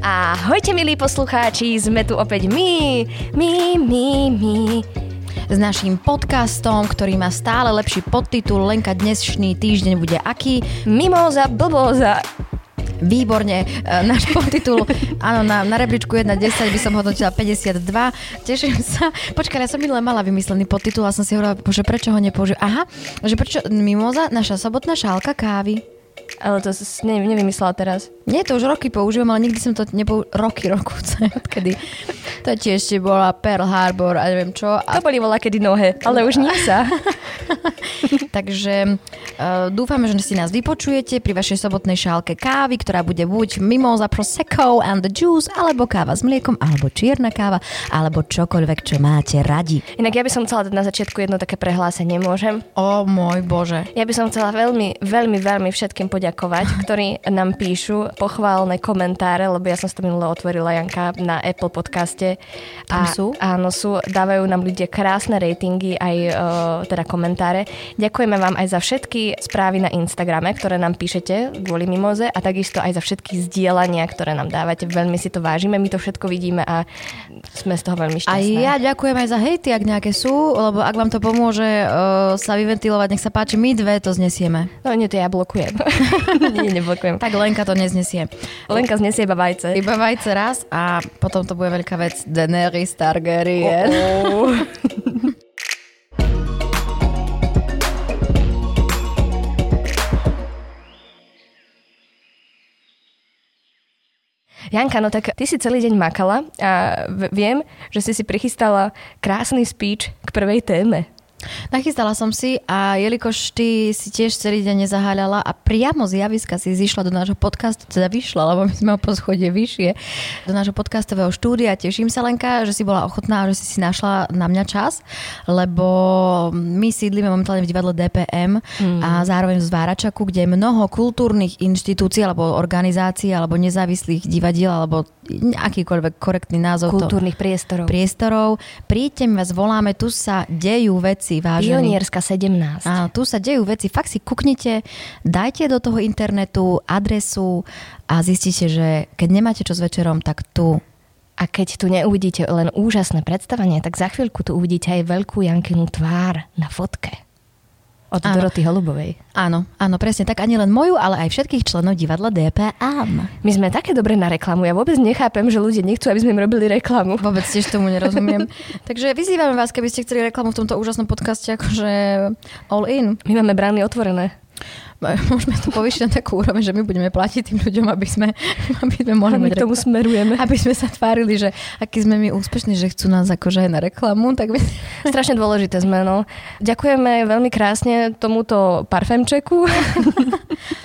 Ahojte milí poslucháči, sme tu opäť my, my, my, my. s naším podcastom, ktorý má stále lepší podtitul. Lenka, dnešný týždeň bude aký? Mimoza, blboza. Výborne, e, náš podtitul, áno, na, na rebríčku 1 10 by som hodnotila 52. Teším sa. Počkaj, ja som minule mala vymyslený podtitul a som si hovorila, že prečo ho nepoužijem. Aha, že prečo Mimoza, naša sobotná šálka kávy. Ale to s- ne, nevymyslela teraz. Nie, to už roky používam, ale nikdy som to nepoužil. Roky, roku, kedy. To tiež ešte bola Pearl Harbor a neviem čo. A To boli volá kedy nohe, ale už nie sa. Takže uh, dúfame, že si nás vypočujete pri vašej sobotnej šálke kávy, ktorá bude buď mimoza prosecco and the juice, alebo káva s mliekom, alebo čierna káva, alebo čokoľvek, čo máte radi. Inak ja by som chcela dať na začiatku jedno také prehlásenie, môžem? O môj bože. Ja by som chcela veľmi, veľmi, veľmi všetkým poďakovať, ktorí nám píšu pochválne komentáre, lebo ja som si to minule otvorila, Janka, na Apple podcaste. Tam sú? Áno, sú. Dávajú nám ľudia krásne ratingy, aj e, teda komentáre. Ďakujeme vám aj za všetky správy na Instagrame, ktoré nám píšete kvôli Mimoze a takisto aj za všetky zdieľania, ktoré nám dávate. Veľmi si to vážime, my to všetko vidíme a sme z toho veľmi A šťastní. ja ďakujem aj za hejty, ak nejaké sú, lebo ak vám to pomôže uh, sa vyventilovať, nech sa páči, my dve to znesieme. No nie, to ja blokujem. nie, neblokujem. Tak Lenka to neznesie. Lenka znesie iba vajce. Iba vajce raz a potom to bude veľká vec. Daenerys Targaryen. Janka, no tak ty si celý deň makala a v- viem, že si si prichystala krásny speech k prvej téme. Nachystala som si a jelikož ty si tiež celý deň nezaháľala a priamo z javiska si zišla do nášho podcastu, teda vyšla, lebo my sme o poschodie vyššie, do nášho podcastového štúdia. Teším sa Lenka, že si bola ochotná, že si si našla na mňa čas, lebo my sídlime momentálne v divadle DPM a zároveň v Zváračaku, kde je mnoho kultúrnych inštitúcií alebo organizácií alebo nezávislých divadiel alebo akýkoľvek korektný názov. to- Kultúrnych priestorov. priestorov. Príďte, my vás voláme, tu sa dejú veci, vážení. Pionierska 17. Áno, tu sa dejú veci, fakt si kuknite, dajte do toho internetu adresu a zistíte, že keď nemáte čo s večerom, tak tu. A keď tu neuvidíte len úžasné predstavenie, tak za chvíľku tu uvidíte aj veľkú Jankinu tvár na fotke. Od Áno. Doroty Holubovej. Áno, áno, presne tak, ani len moju, ale aj všetkých členov divadla DPAM. My sme také dobre na reklamu. Ja vôbec nechápem, že ľudia nechcú, aby sme im robili reklamu. Vôbec tiež tomu nerozumiem. Takže vyzývame vás, keby ste chceli reklamu v tomto úžasnom podcaste, akože all in. My máme brány otvorené. Môžeme to povýšiť na takú úroveň, že my budeme platiť tým ľuďom, aby sme, aby sme mohli My mať k tomu reklamu. smerujeme. aby sme sa tvárili, že aký sme my úspešní, že chcú nás akože aj na reklamu, tak my... Strašne dôležité sme, no. Ďakujeme veľmi krásne tomuto parfémčeku.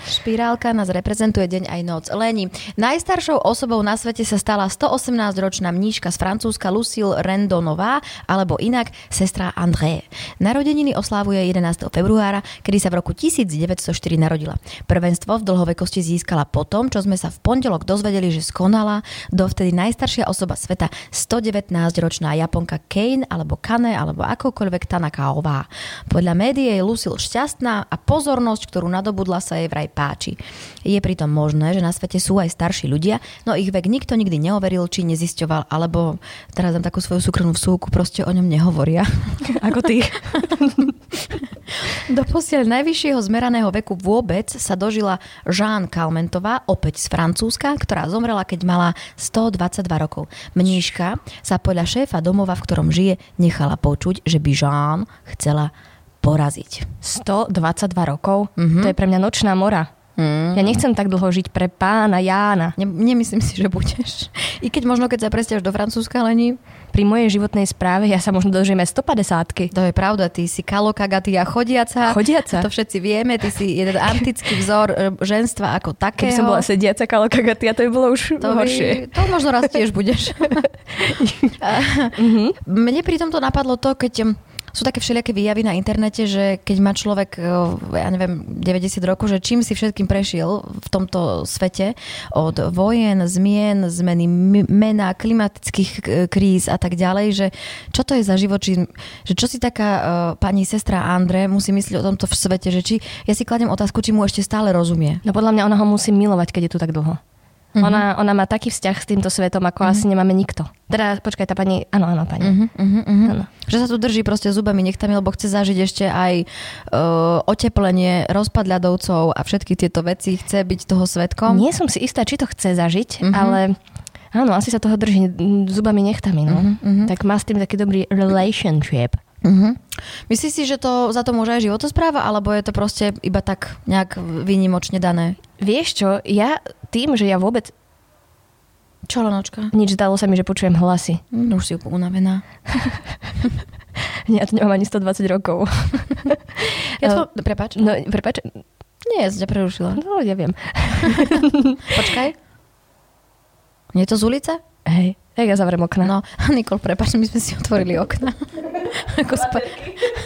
Špirálka nás reprezentuje deň aj noc. Leni. Najstaršou osobou na svete sa stala 118-ročná mníška z Francúzska Lucille Rendonová, alebo inak sestra André. Narodeniny oslávuje 11. februára, kedy sa v roku 1904 narodila. Prvenstvo v dlhovekosti získala po tom, čo sme sa v pondelok dozvedeli, že skonala dovtedy najstaršia osoba sveta, 119-ročná Japonka Kane, alebo Kane, alebo akokoľvek Tanakaová. Podľa médií je Lucille šťastná a pozornosť, ktorú nadobudla, sa jej vraj páči. Je pritom možné, že na svete sú aj starší ľudia, no ich vek nikto nikdy neoveril či nezisťoval, alebo teraz dám takú svoju súkromnú vsúku, proste o ňom nehovoria. Ako ty. Doposiaľ najvyššieho zmeraného veku vôbec sa dožila Jeanne Kalmentová, opäť z Francúzska, ktorá zomrela, keď mala 122 rokov. Mníška sa podľa šéfa domova, v ktorom žije, nechala počuť, že by Jeanne chcela poraziť. 122 rokov? To je pre mňa nočná mora. Hmm. Ja nechcem tak dlho žiť pre pána Jána. Ne- nemyslím si, že budeš. I keď možno, keď sa presťaš do Francúzska, Lení, Pri mojej životnej správe ja sa možno dožijeme 150 to je pravda, ty si kalokagatia chodiaca. Chodiaca. To všetci vieme, ty si jeden antický vzor e, ženstva ako Keby takého. som bola sediaca kalokagatia, to by bolo už To, by, horšie. to možno raz tiež budeš. A- Mne pri tomto napadlo to, keď mm, sú také všelijaké výjavy na internete, že keď má človek, eh, ja neviem, 90 rokov, že čím si všetkým prešiel v tomto svete, od vojen, zmien, zmeny m- mena, klimatických eh, kríz a tak ďalej, že čo to je za život, či, že čo si taká eh, pani sestra Andre musí myslieť o tomto v svete, že či, ja si kladem otázku, či mu ešte stále rozumie. No podľa mňa ona ho musí milovať, keď je tu tak dlho. Mhm. Mm-hmm. Ona, ona má taký vzťah s týmto svetom, ako mm-hmm. asi nemáme nikto. Teda, počkaj, tá pani, áno, áno, pani. Mm-hmm. Uh-huh, uh-huh. Áno. Že sa tu drží proste zubami nechtami, lebo chce zažiť ešte aj uh, oteplenie, rozpad ľadovcov a všetky tieto veci. Chce byť toho svetkom. Nie som si istá, či to chce zažiť, ale áno, asi sa toho drží mm, zubami nechtami. No. Mhm, Tak má s tým taký dobrý relationship. Uh-huh. Myslíš si, že to za to môže aj životospráva, alebo je to proste iba tak nejak výnimočne dané? Vieš čo, ja tým, že ja vôbec Čo, Lenočka? nič zdalo sa mi, že počujem hlasy. No už si úplne unavená. Ja to nemám ani 120 rokov. Ja to... Eh, Prepač. No, prepáč, Nie, som ťa prerušila. no ja viem. Počkaj. Nie je to z ulice? Hej, tak ja zavriem okna. No, Nikol, prepač, my sme si otvorili okna. ako, sp-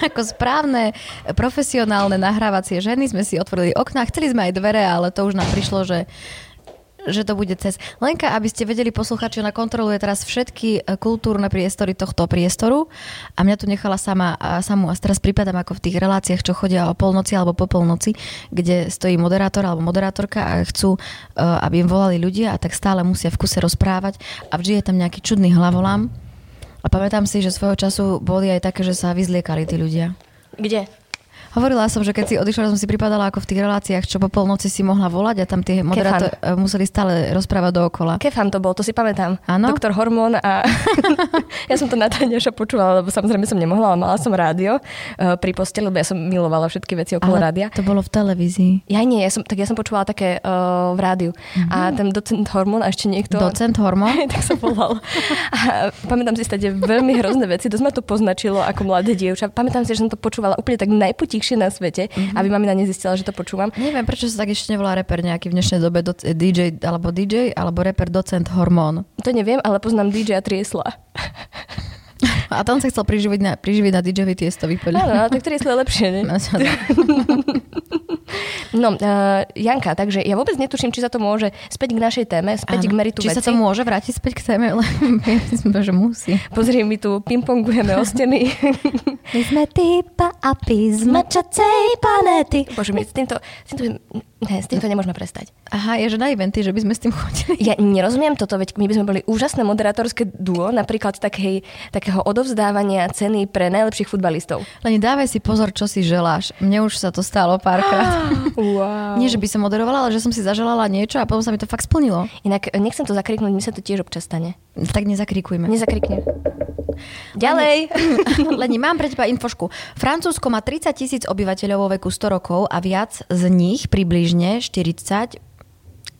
ako správne profesionálne nahrávacie ženy sme si otvorili okna. Chceli sme aj dvere, ale to už nám prišlo, že že to bude cez. Lenka, aby ste vedeli, posluchači, ona kontroluje teraz všetky e, kultúrne priestory tohto priestoru a mňa tu nechala sama, a samú a teraz prípadám ako v tých reláciách, čo chodia o polnoci alebo po polnoci, kde stojí moderátor alebo moderátorka a chcú, e, aby im volali ľudia a tak stále musia v kuse rozprávať a vždy je tam nejaký čudný hlavolám. A pamätám si, že svojho času boli aj také, že sa vyzliekali tí ľudia. Kde? Hovorila som, že keď si odišla, som si pripadala ako v tých reláciách, čo po polnoci si mohla volať a tam tie moderátori museli stále rozprávať dookola. Kefan to bol, to si pamätám. Áno? Doktor Hormón a ja som to Natáňaša počúvala, lebo samozrejme som nemohla, ale mala som rádio eh, pri posteli, lebo ja som milovala všetky veci okolo Ale rádia. to bolo v televízii. Ja nie, ja som, tak ja som počúvala také uh, v rádiu. Mm-hmm. A ten docent Hormón a ešte niekto... Mhm. Docent Hormón? tak sa volal. A pamätám si stade veľmi hrozné veci, dosť ma to poznačilo ako mladé dievča. Pamätám si, že som to počúvala úplne tak najpotichšie na svete, mm-hmm. Mhm. aby mamina nezistila, že to počúvam. Neviem, prečo sa tak ešte nevolá reper nejaký v dnešnej dobe doc- DJ alebo DJ alebo reper docent Hormón. To neviem, ale poznám DJ a triesla. A tam sa chcel priživiť na, priživiť na DJ tiesto Áno, vypoľa. ale tak triesla je lepšie, ne? No, uh, Janka, takže ja vôbec netuším, či sa to môže späť k našej téme, späť k meritu Či veci. sa to môže vrátiť späť k téme, lebo myslím, že musí. Pozri, my tu pingpongujeme o steny. My sme týpa a písma. Mačacej planety. Bože, my s týmto, s týmto, ne, s týmto nemôžeme prestať. Aha, je že na eventy, že by sme s tým chodili. Ja nerozumiem toto, veď my by sme boli úžasné moderátorské duo, napríklad takej, takého odovzdávania ceny pre najlepších futbalistov. Len dávaj si pozor, čo si želáš. Mne už sa to stalo párkrát. Wow. Nie, že by som moderovala, ale že som si zaželala niečo a potom sa mi to fakt splnilo. Inak e, nechcem to zakriknúť, mi sa to tiež občas stane. Tak nezakrikujme. Nezakriknem. Ďalej. Leni, mám pre teba infošku. Francúzsko má 30 tisíc obyvateľov vo veku 100 rokov a viac z nich približne 40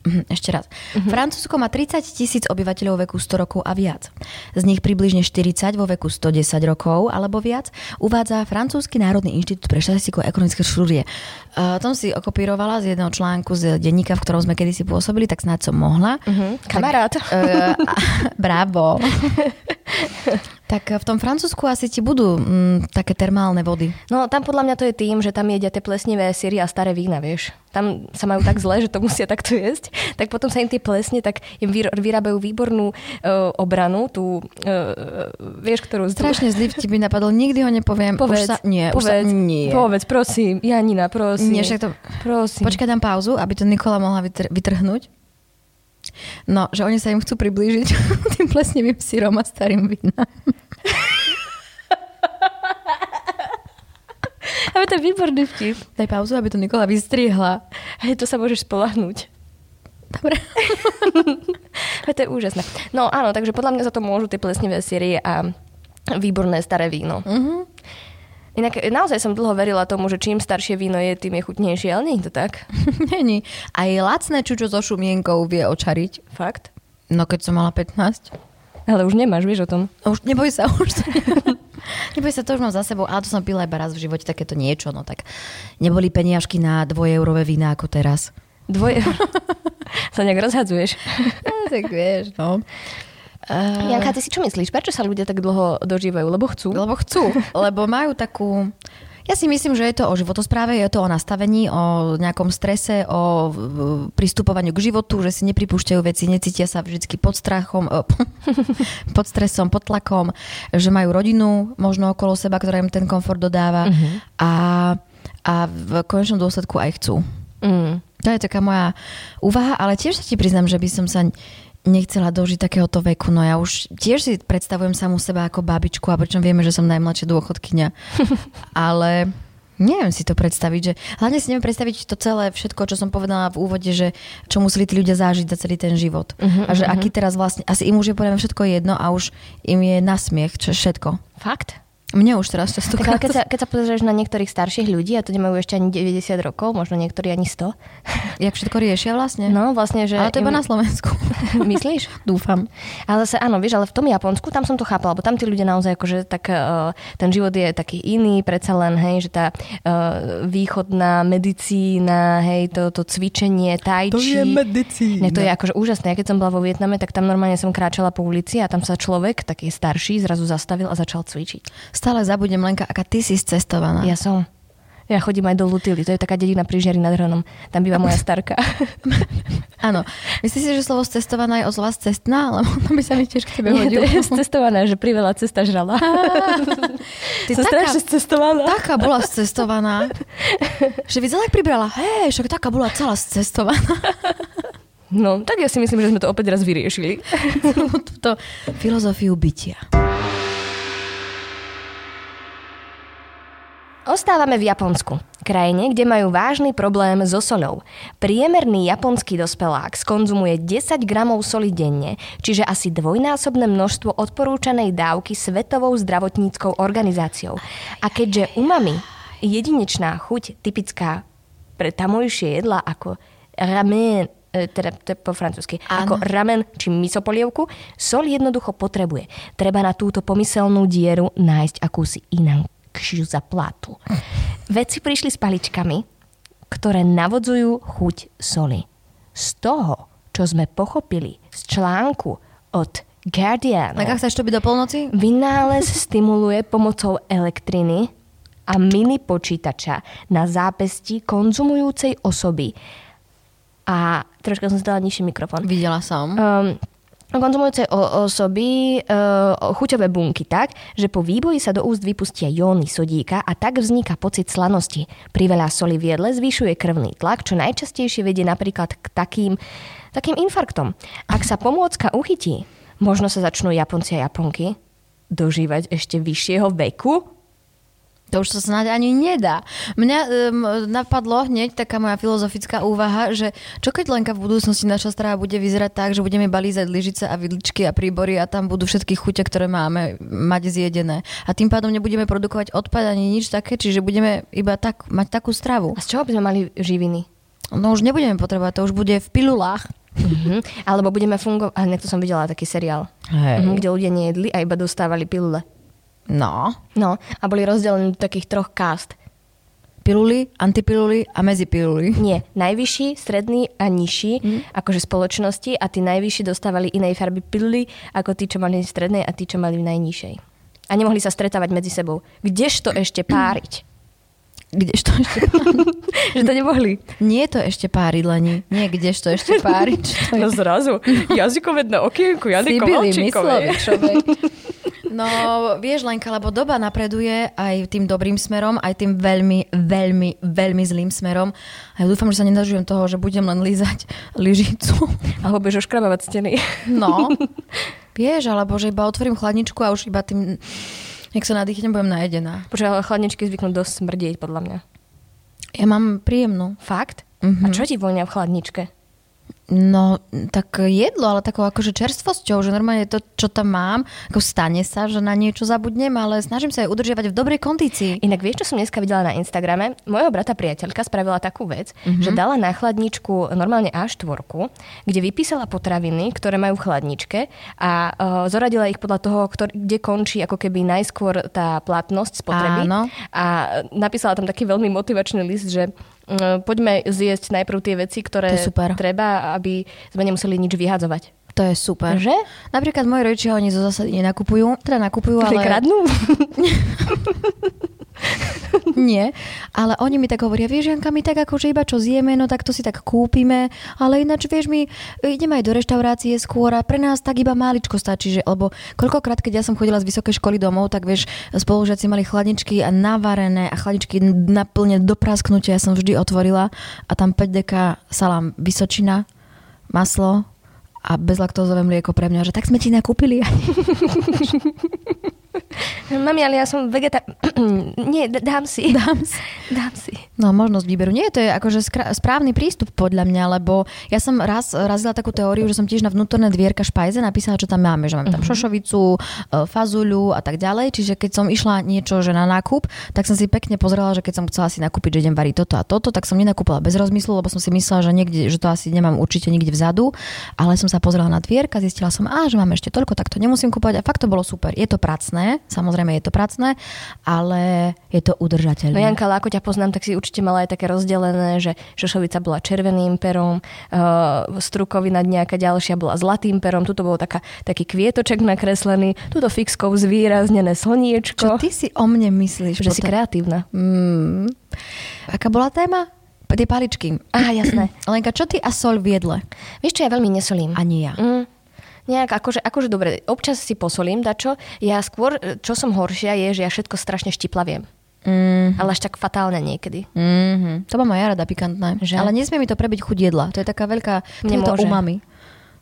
Mhm, ešte raz. Francúzsko má 30 tisíc obyvateľov veku 100 rokov a viac. Z nich približne 40 vo veku 110 rokov alebo viac uvádza Francúzsky národný inštitút pre štatistiku a ekonomické štúdie. Uh, tom si okopírovala z jedného článku z denníka, v ktorom sme kedysi pôsobili, tak snáď som mohla. Mhm, Kamarát. Eh, a- bravo. tak e, v tom Francúzsku asi ti budú mm, také termálne vody. No tam podľa mňa to je tým, že tam jedia tie plesnivé syry a staré vína, vieš. Tam sa majú tak zle, že to musia takto jesť. Tak potom sa im tie plesne, tak im vyr- vyrábajú výbornú uh, obranu, tú, uh, vieš, ktorú... z- Strašne zlý vtip mi napadol, nikdy ho nepoviem. Povedz, už sa, nie, už sa, povedz, nie. povedz, prosím, Janina, prosím. Nie, však to- Prosím. Počkaj, dám pauzu, aby to Nikola mohla vytr- vytrhnúť. No, že oni sa im chcú priblížiť tým plesnivým sírom a starým vínam. ale to je výborný vtip. Daj pauzu, aby to Nikola vystriehla. Hej, to sa môžeš spolahnúť. Dobre. Ale to je úžasné. No áno, takže podľa mňa za to môžu tie plesnivé syry a výborné staré víno. Mm-hmm. Mhm. Inak e, naozaj som dlho verila tomu, že čím staršie víno je, tým je chutnejšie, ale nie je to tak. Není. Aj lacné čučo so šumienkou vie očariť. Fakt. No, keď som mala 15. Ale už nemáš, vieš o tom. No Už neboj sa, už to Neboj sa, to už mám za sebou, ale to som pila iba raz v živote takéto niečo, no tak neboli peniažky na dvojeurové vína ako teraz. Dvoje... sa nejak rozhadzuješ. tak vieš, no. Uh, Janka, ty si čo myslíš? Prečo sa ľudia tak dlho dožívajú? Lebo chcú? lebo chcú, lebo majú takú... Ja si myslím, že je to o životospráve, je to o nastavení, o nejakom strese, o v- v- pristupovaniu k životu, že si nepripúšťajú veci, necítia sa vždy pod strachom, eh, pod stresom, pod tlakom, že majú rodinu možno okolo seba, ktorá im ten komfort dodáva a, a v konečnom dôsledku aj chcú. Mm. To je taká moja úvaha, ale tiež sa ti priznám, že by som sa nechcela dožiť takéhoto veku, no ja už tiež si predstavujem samú seba ako babičku a pričom vieme, že som najmladšia dôchodkynia. ale neviem si to predstaviť, že hlavne si neviem predstaviť to celé, všetko, čo som povedala v úvode, že čo museli tí ľudia zážiť za celý ten život. Uh-huh, a že uh-huh. aký teraz vlastne, asi im už je podľa mňa všetko jedno a už im je nasmiech čo, všetko. Fakt? Mne už teraz často. Tak, ale keď sa, keď sa pozrieš na niektorých starších ľudí, a to nemajú ešte ani 90 rokov, možno niektorí ani 100. Jak všetko riešia vlastne? No, vlastne, že... Ale to iba im... na Slovensku. Myslíš? Dúfam. Ale zase áno, vieš, ale v tom Japonsku, tam som to chápala, lebo tam tí ľudia naozaj akože tak, uh, ten život je taký iný, predsa len, hej, že tá uh, východná medicína, hej, to, to cvičenie, tai To je medicína. Ne, to je akože úžasné. Ja keď som bola vo Vietname, tak tam normálne som kráčala po ulici a tam sa človek, taký starší, zrazu zastavil a začal cvičiť. Stále zabudnem, Lenka, aká ty si cestovaná. Ja som. Ja chodím aj do Lutily, to je taká dedina pri Žiari nad Hronom. Tam býva moja starka. Áno. Myslíš si, že slovo cestovaná je od slova cestná? Lebo to by sa mi tiež k tebe hodilo. Nie, to je cestovaná, že priveľa cesta žrala. Ty som taká, strašne cestovaná. taká bola cestovaná. že videla, jak pribrala. Hej, však taká bola celá cestovaná. No, tak ja si myslím, že sme to opäť raz vyriešili. Túto filozofiu bytia. Ostávame v Japonsku, krajine, kde majú vážny problém so solou. Priemerný japonský dospelák skonzumuje 10 gramov soli denne, čiže asi dvojnásobné množstvo odporúčanej dávky Svetovou zdravotníckou organizáciou. A keďže umami, jedinečná chuť typická pre tamojšie jedla ako ramen, e, teda to je po francúzsky, Áno. ako ramen či misopolievku, sol jednoducho potrebuje. Treba na túto pomyselnú dieru nájsť akúsi inakšiu zaplatu. Vedci prišli s paličkami, ktoré navodzujú chuť soli. Z toho, čo sme pochopili z článku od Guardian, Lenka, chceš to byť do polnoci? vynález stimuluje pomocou elektriny a mini počítača na zápesti konzumujúcej osoby. A troška som si dala nižší mikrofón. Videla som. Um, konzumujúce o- osoby uh, chuťové bunky tak, že po výboji sa do úst vypustia jóny sodíka a tak vzniká pocit slanosti. Priveľa soli v jedle zvyšuje krvný tlak, čo najčastejšie vedie napríklad k takým, takým infarktom. Ak sa pomôcka uchytí, možno sa začnú Japonci a Japonky dožívať ešte vyššieho veku. To už sa snáď ani nedá. Mňa um, napadlo hneď taká moja filozofická úvaha, že čo keď Lenka v budúcnosti naša strava bude vyzerať tak, že budeme balízať lyžice a vidličky a príbory a tam budú všetky chute, ktoré máme mať zjedené. A tým pádom nebudeme produkovať odpad ani nič také, čiže budeme iba tak, mať takú stravu. A z čoho by sme mali živiny? No už nebudeme potrebovať, to už bude v pilulách. Mhm. Alebo budeme fungovať... A niekto som videla taký seriál, Hej. mhm, kde ľudia nejedli a iba dostávali pilule. No. No, a boli rozdelení do takých troch kást. Piluly, antipiluly a medzipiluly. Nie, najvyšší, stredný a nižší, mm. akože spoločnosti a tí najvyšší dostávali inej farby pily ako tí, čo mali v strednej a tí, čo mali v najnižšej. A nemohli sa stretávať medzi sebou. Kdežto ešte páriť? Kdežto ešte... Že to nemohli. Nie je to ešte páriť, Leni. Nie, kdežto ešte páriť. Čo to je? No zrazu. Jazykové na okienku, Sibily Myslovičovej. No, vieš Lenka, lebo doba napreduje aj tým dobrým smerom, aj tým veľmi, veľmi, veľmi zlým smerom. A ja dúfam, že sa nenažujem toho, že budem len lízať lyžicu. Alebo budeš oškrabávať steny. No, vieš, alebo že iba otvorím chladničku a už iba tým, nech sa nadýchnem, budem najedená. Počkaj, ale chladničky zvyknú dosť smrdieť, podľa mňa. Ja mám príjemnú. Fakt? A Mhm. čo ti vonia v chladničke? No, tak jedlo, ale takou akože čerstvosťou, že normálne to, čo tam mám, ako stane sa, že na niečo zabudnem, ale snažím sa ju udržiavať v dobrej kondícii. Inak vieš, čo som dneska videla na Instagrame? Mojho brata priateľka spravila takú vec, Mhm. mm-hmm. že dala na chladničku normálne A4, kde vypísala potraviny, ktoré majú v chladničke a uh, zoradila ich podľa toho, ktor- kde končí ako keby najskôr tá platnosť spotreby. Áno. A napísala tam taký veľmi motivačný list, že mm, poďme zjesť najprv tie veci, ktoré To je super. treba, aby sme nemuseli nič vyhadzovať. To je super. Že? Napríklad moji rodičia, oni zo zásady nenakupujú. Teda nakupujú, ale... Kradnú? Nie, ale oni mi tak hovoria, vieš Janka, my tak akože iba čo zjeme, no tak to si tak kúpime, ale ináč vieš, my e, ideme aj do reštaurácie skôr a pre nás tak iba máličko stačí, že, lebo koľkokrát, keď ja som chodila z vysokej školy domov, tak vieš, spolužiaci mali chladničky a navarené a chladničky naplne do prasknutia, ja som vždy otvorila a tam 5 deka salám Vysočina, maslo a bezlaktózové mlieko pre mňa, že tak sme ti nakúpili. Mami, ale ja som vegeta... Nie, d- dám si. Dám si. Dám si. No, možnosť výberu. Nie, to je akože skra- správny prístup podľa mňa, lebo ja som raz razila takú teóriu, že som tiež na vnútorné dvierka špajze napísala, čo tam máme, že máme Mhm. tam šošovicu, e, fazuľu a tak ďalej. Čiže keď som išla niečo že na nákup, tak som si pekne pozrela, že keď som chcela si nakúpiť, že idem variť toto a toto, tak som nenakúpila bez rozmyslu, lebo som si myslela, že niekde, že to asi nemám určite nikde vzadu, ale som sa pozrela na dvierka, zistila som, a že mám ešte toľko, tak to nemusím kúpať a fakt to bolo super. Je to pracné, samozrejme je to pracné, ale je to udržateľné. No Janka, ale ako ťa poznám, tak si určite mala aj také rozdelené, že šošovica bola červeným perom, uh, strukovina nejaká ďalšia bola zlatým perom, tuto bol taká, taký kvietoček nakreslený, tuto fixkou zvýraznené Čo slniečko. ty si o mne myslíš? Že si kreatívna. Mm. Aká bola téma? P- Tie paličky. Aha, jasné. Lenka, čo ty a sol v jedle? Vieš čo, ja veľmi nesolím. Ani ja. Mm, nejak, akože, akože dobre, občas si posolím dačo. Ja skôr, e, čo som horšia, je, že ja všetko strašne štiplaviem. Mm. Ale až tak fatálne niekedy. Mm-hmm. To mám aj ja rada pikantné. Že? Ale nesmie mi to prebiť chuť jedla. To je taká veľká... To je to Nemôže. umami.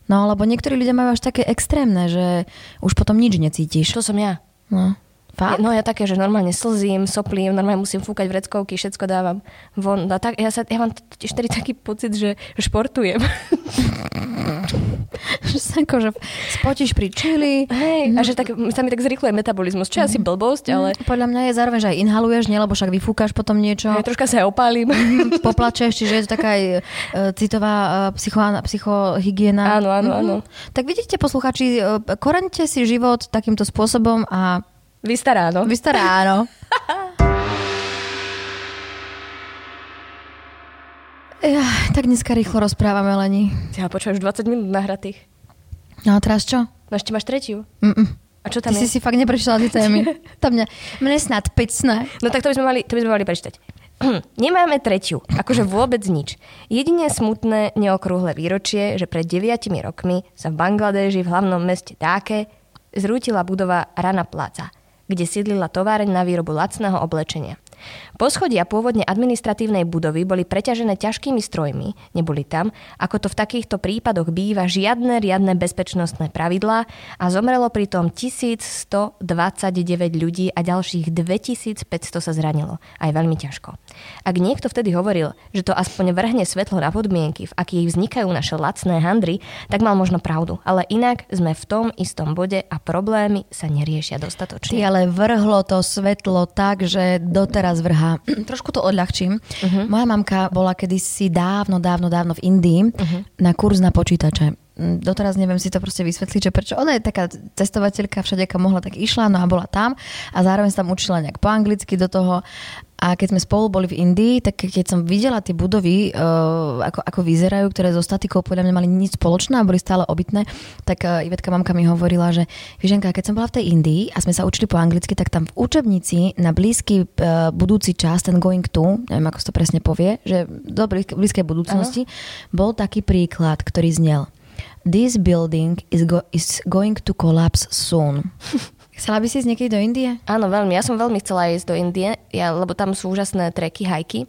No, lebo niektorí ľudia majú až také extrémne, že už potom nič necítiš. Čo som ja? No. Fakt? No ja také, že normálne slzím, soplím, normálne musím fúkať vreckovky, všetko dávam von. A tak, ja, sa, ja mám totiž tedy taký pocit, že športujem. Že sa akože spotíš pri čili. Hej, a že tak, sa mi tak zrychluje metabolizmus, čo je asi blbosť, ale mm, Podľa mňa je zároveň, že aj inhaluješ, nie? Lebo však vyfúkaš potom niečo. hej, troška sa aj opálim. poplačeš, čiže je to taká aj e, citová e, psycho, psychohygiena. Áno, áno, Mhm. áno. Tak vidíte, posluchači, e, koreňte si život takýmto spôsobom a Vystará, no. vy ste ráno. Ja, tak dneska rýchlo rozprávame, Leni. Ja počúvaš 20 minút nahratých. No a teraz čo? No ešte máš tretiu. Mm-mm. A čo Ty tam si je? si fakt neprešla tie témy. To mne, mne snad pecné. No tak to by sme mali, to by sme mali prečítať. Nemáme tretiu, akože vôbec nič. Jedine smutné neokrúhle výročie, že pred deviatimi rokmi sa v Bangladeži v hlavnom meste Dáke zrútila budova Rana Plaza, kde sídlila továreň na výrobu lacného oblečenia. Poschodia pôvodne administratívnej budovy boli preťažené ťažkými strojmi, neboli tam, ako to v takýchto prípadoch býva, žiadne riadne bezpečnostné pravidlá a zomrelo pritom 1129 ľudí a ďalších 2500 sa zranilo. Aj veľmi ťažko. Ak niekto vtedy hovoril, že to aspoň vrhne svetlo na podmienky, v akých vznikajú naše lacné handry, tak mal možno pravdu. Ale inak sme v tom istom bode a problémy sa neriešia dostatočne. Ty ale vrhlo to svetlo tak, že doteraz vrhá. Trošku to odľahčím. Uh-huh. Moja mamka bola kedysi dávno, dávno, dávno v Indii uh-huh. na kurz na počítače. Mm, Doteraz neviem si to proste vysvetliť, že prečo ona je taká cestovateľka, všade, kam mohla, tak išla, no a bola tam a zároveň sa tam učila nejak po anglicky do toho. A keď sme spolu boli v Indii, tak keď som videla tie budovy, eh, ako, ako vyzerajú, ktoré so statikou podľa mňa mali nič spoločné a boli stále obytné, tak eh, Ivetka mamka mi hovorila, že Vyženka, keď som bola v tej Indii a sme sa učili po anglicky, tak tam v učebnici na blízky eh, budúci čas, ten going to, neviem ako sa to presne povie, že do blízk- blízkej budúcnosti, bol taký príklad, ktorý znel This building is, go- is going to collapse soon. Chcela by si ísť niekedy do Indie? Áno, veľmi. Ja som veľmi chcela ísť do Indie, ja, lebo tam sú úžasné treky, hajky.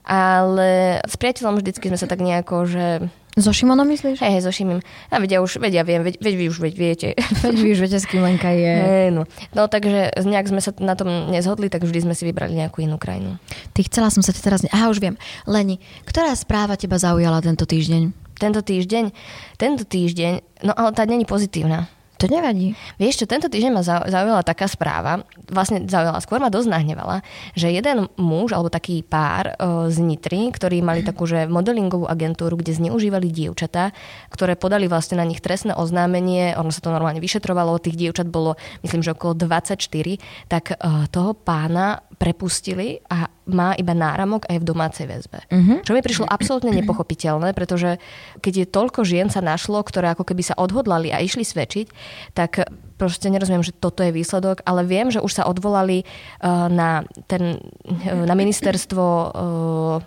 Ale s priateľom vždycky sme sa tak nejako, že So Šimonom myslíš? hej, hej, zošimím. A vedia už, vedia, viem, veď, veď vy už veď viete. Veď vy už viete, s kým Lenka je. Hej, no. no takže nejak sme sa na tom nezhodli, tak vždy sme si vybrali nejakú inú krajinu. Ty chcela som sa ťa teraz... Aha, už viem. Leni, ktorá správa teba zaujala tento týždeň? Tento týždeň, tento týždeň, no ale tá není pozitívna. To nevadí. Vieš čo, tento týždeň ma zau- zaujala taká správa, vlastne zaujala, skôr ma dosť nahnevala, že jeden muž, alebo taký pár o, z Nitry, ktorí mali takú že modelingovú agentúru, kde zneužívali dievčatá, ktoré podali vlastne na nich trestné oznámenie, ono sa to normálne vyšetrovalo, tých dievčat bolo, myslím, že okolo 24, tak o, toho pána e, prepustili a má iba náramok a je v domácej Mhm. väzbe. Hm? Mm-hmm. Čo mi prišlo absolútne nepochopiteľné, pretože keď je toľko žien sa našlo, ktoré ako keby sa odhodlali a išli svedčiť, tak proste nerozumiem, že toto je výsledok, ale viem, že už sa odvolali uh, na, ten, uh, na ministerstvo uh,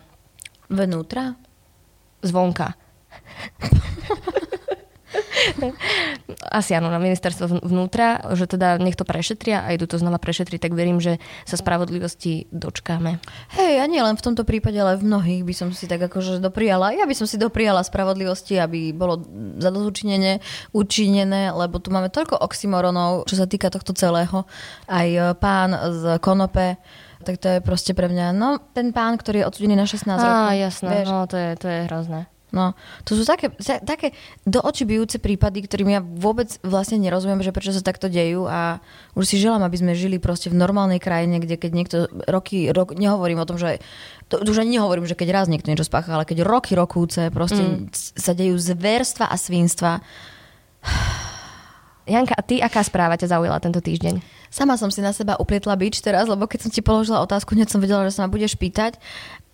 Vnútra? zvonka. Asi áno, na ministerstvo vnútra, že teda nech to prešetria a idú to znova prešetriť, tak verím, že sa spravodlivosti dočkáme. Hej, a nie len v tomto prípade, ale v mnohých by som si tak akože dopriala. Ja by som si dopriala spravodlivosti, aby bolo zadozučinenie, učinené, lebo tu máme toľko oxymoronov, čo sa týka tohto celého. Aj e, pán z Konope, tak to je proste pre mňa, no ten pán, ktorý je odsudený na 16 rokov. Á, jasné, vieš. no to je, to je hrozné. No, to sú také, sa- také do očí bijúce prípady, ktorým ja vôbec vlastne nerozumiem, že prečo sa takto dejú a už si želám, aby sme žili proste v normálnej krajine, kde keď niekto roky, rok, nehovorím o tom, že to, to už ani nehovorím, že keď raz niekto niečo spáchal, ale keď roky, rokúce proste mm. sa dejú zverstva a svinstva. Janka, a ty aká správa ťa zaujala tento týždeň? Sama som si na seba uplietla bič teraz, lebo keď som ti položila otázku, hneď som vedela, že sa ma budeš pýtať.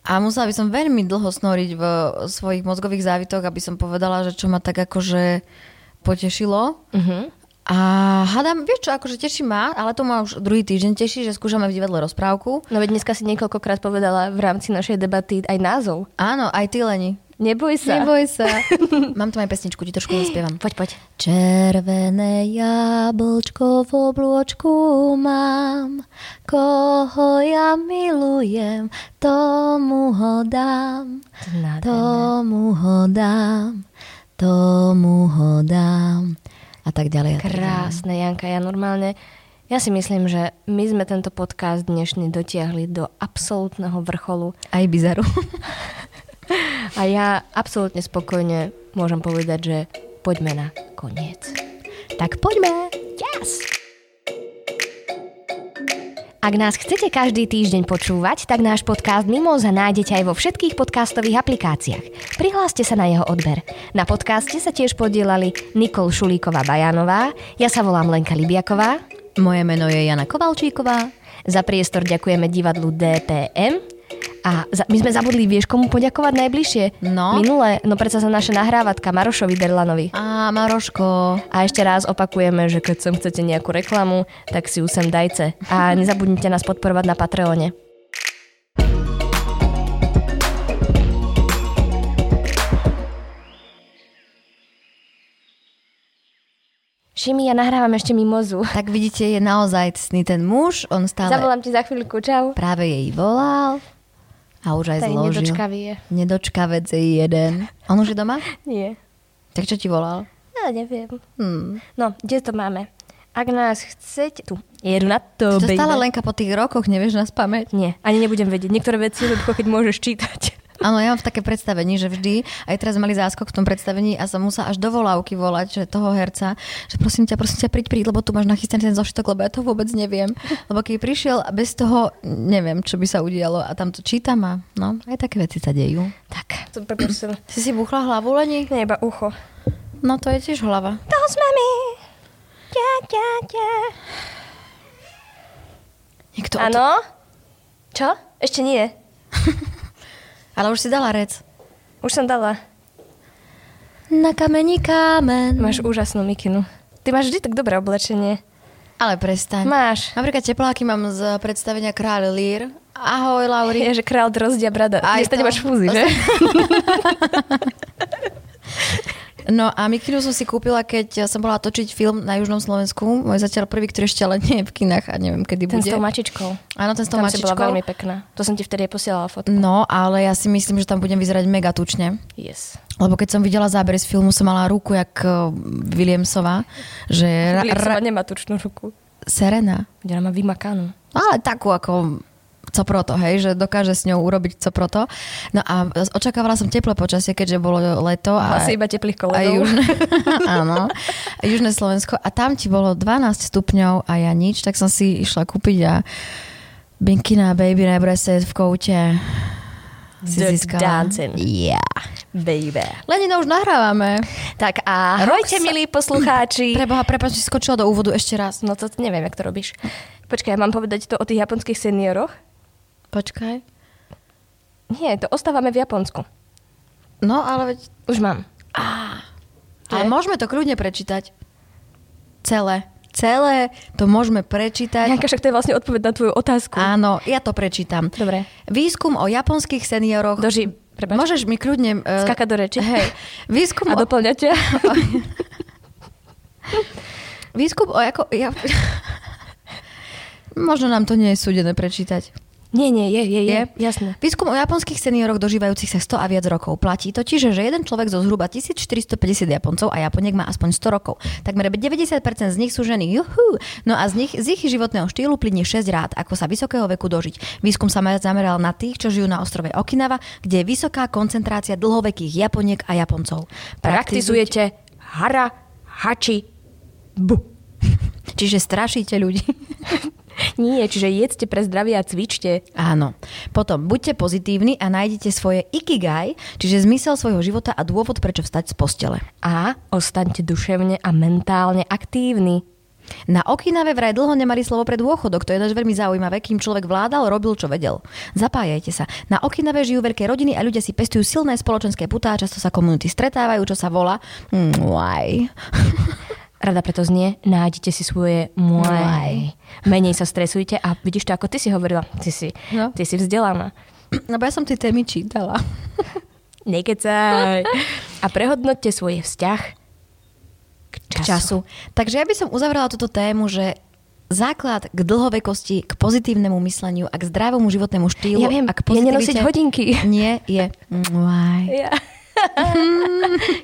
A musela by som veľmi dlho snoriť v svojich mozgových závitoch, aby som povedala, že čo ma tak akože potešilo. Uh-huh. A hádam, vieš čo, akože teší ma, ale to ma už druhý týždeň teší, že skúšame v divadle rozprávku. No veď dneska si niekoľkokrát povedala v rámci našej debaty aj názov. Áno, aj ty, Leni. Neboj sa. Neboj sa. Mám tam aj pesničku, ti trošku zaspievam. Poď, poď. Červené jablčko v oblôčku mám, koho ja milujem, tomu ho dám, tomu ho dám, tomu ho dám. A tak ďalej. a tak ďalej. Krásne, Janka, ja normálne... Ja si myslím, že my sme tento podcast dnešný dotiahli do absolútneho vrcholu Aj bizaru. a ja absolútne spokojne môžem povedať, že poďme na koniec. tak poďme. Yes! Ak nás chcete každý týždeň počúvať, tak náš podcast Mimoza nájdete aj vo všetkých podcastových aplikáciách. Prihláste sa na jeho odber. Na podcaste sa tiež podielali Nikol Šulíková-Bajanová, ja sa volám Lenka Libiaková, Moje meno je Jana Kovalčíková. za priestor ďakujeme divadlu DPM. A za, my sme zabudli, vieš komu poďakovať najbližšie? No. Minule, no predsa za naše nahrávatka Marošovi Derlanovi. Á, Maroško. A ešte raz opakujeme, že keď sem chcete nejakú reklamu, tak si ju sem dajte. A nezabudnite nás podporovať na Patreone. Šimi, ja nahrávam ešte mimozu. Tak vidíte, je naozaj cný ten muž, on stále Zavolal. Zavolám ti za chvíľku, čau. práve jej volal a už aj Tady zložil. nedočkavý je. Nedočkavec je jeden. On už je doma? Nie. Tak čo ti volal? Ja No, neviem. Hmm. No, kde to máme? Ak nás chcete... Tu. Jedu na to, To baby. stále Lenka po tých rokoch nevieš nás pamäť. Nie, ani nebudem vedieť. Niektoré veci, Ľudko, keď môžeš čítať. Áno, ja mám také predstavenie, že vždy, aj teraz mali záskok v tom predstavení a som musela až do volávky volať že toho herca, že prosím ťa, prosím ťa, príď, príď, lebo tu máš nachystaný ten zošitok, lebo ja to vôbec neviem. Lebo keď prišiel, bez toho neviem, čo by sa udialo a tam to čítam a no, aj také veci sa dejú. Tak. To preprosím. Si si buchla hlavu, Leni? Nie, iba ucho. No to je tiež hlava. To sme my. Ja, ja, ja. Niekto o to- Áno? Čo? Ešte nie. Ale už si dala rec. Už som dala. Na kameni kámen. Máš úžasnú mikinu. Ty máš vždy tak dobré oblečenie. Ale prestaň. Máš. Napríklad tepláky mám z predstavenia Kráľ Lír. Ahoj, Lauri. Je, že král drozdia brada. Aj Aj Dnes to to. nemáš fúzi, To že? No a mikinu som si kúpila, keď som bola točiť film na Južnom Slovensku. Môj zatiaľ prvý, ktorý ešte ale nie je v kinách a neviem, kedy Ten s bude. tou mačičkou. Áno, ten s tou Tam si bola mačičkou. veľmi pekná. To som ti vtedy aj posielala fotku. No, ale ja si myslím, že tam budem vyzerať mega tučne. Yes. Lebo keď som videla zábery z filmu, som mala ruku jak eh, Williamsova, že ra- Ra- ra- nemá tučnú ruku. Serena. Ona má vymakanú. Ale takú ako co proto, hej, že dokáže s ňou urobiť co proto. No a očakávala som teplé počasie, keďže bolo leto a, Asi iba teplých a kolegov. južné, áno, a južné Slovensko a tam ti bolo 12 stupňov a ja nič, tak som si išla kúpiť a Binkina Baby Rebreset v koute si The získala. dancing. Yeah. Baby. Lenino, už nahrávame. Tak a hojte, Roxa- milí poslucháči. Preboha, prepáč, že si skočila do úvodu ešte raz. No to neviem, jak to robíš. Počkaj, ja mám povedať to o tých japonských senioroch? Počkaj. Nie, to ostávame v Japonsku. No, ale veď... Už mám. Á, To ale je- môžeme to kľudne prečítať. Celé. Celé to môžeme prečítať. Janka, však to je vlastne odpoveď na tvoju otázku. Áno, ja to prečítam. Dobre. Výskum o japonských senioroch... Doži, prepáč. Môžeš mi kľudne... eh, Skákať do reči. Hej. Výskum A o... doplňate? Výskum o ako... Ja... Možno nám to nie je súdené prečítať. nie, nie, je, je, je. Jasné. Výskum o japonských senioroch dožívajúcich sa 100 a viac rokov platí totiž, že jeden človek zo zhruba 1450 Japoncov a Japoniek má aspoň 100 rokov. Takmer 90% z nich sú ženy. Juhu! No a z, nich, z ich životného štýlu plynie 6 rád, ako sa vysokého veku dožiť. Výskum sa ma- zameral na tých, čo žijú na ostrove Okinawa, kde je vysoká koncentrácia dlhovekých Japoniek a Japoncov. Praktizujete hara, hači, bu. Čiže strašíte ľudí. Nie, čiže jedzte pre zdravie a cvičte. Áno. Potom buďte pozitívni a nájdete svoje ikigai, čiže zmysel svojho života a dôvod, prečo vstať z postele. A ostaňte duševne a mentálne aktívni. Na Okinave vraj dlho nemali slovo pre dôchodok, to je ináč veľmi zaujímavé, kým človek vládal, robil, čo vedel. Zapájajte sa. Na Okinave žijú veľké rodiny a ľudia si pestujú silné spoločenské putá, často sa komunity stretávajú, čo sa volá. Hmm, Mwai. Rada preto znie, nájdete si svoje Muay. muaj. Menej sa stresujte a vidíš to, ako ty si hovorila. Ty si, no. No. ty si vzdelaná. Lebo ja som tie témy čítala. Nekecaj. A prehodnotte svoj vzťah k K času. času. Takže ja by som uzavrela túto tému, že základ k dlhovekosti, k pozitívnemu mysleniu a k zdravému životnému štýlu Ja viem, a k je nenosiť pozitivite- Hmm, hodinky. Nie, je mwai. Hmm. Ja.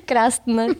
Krásne.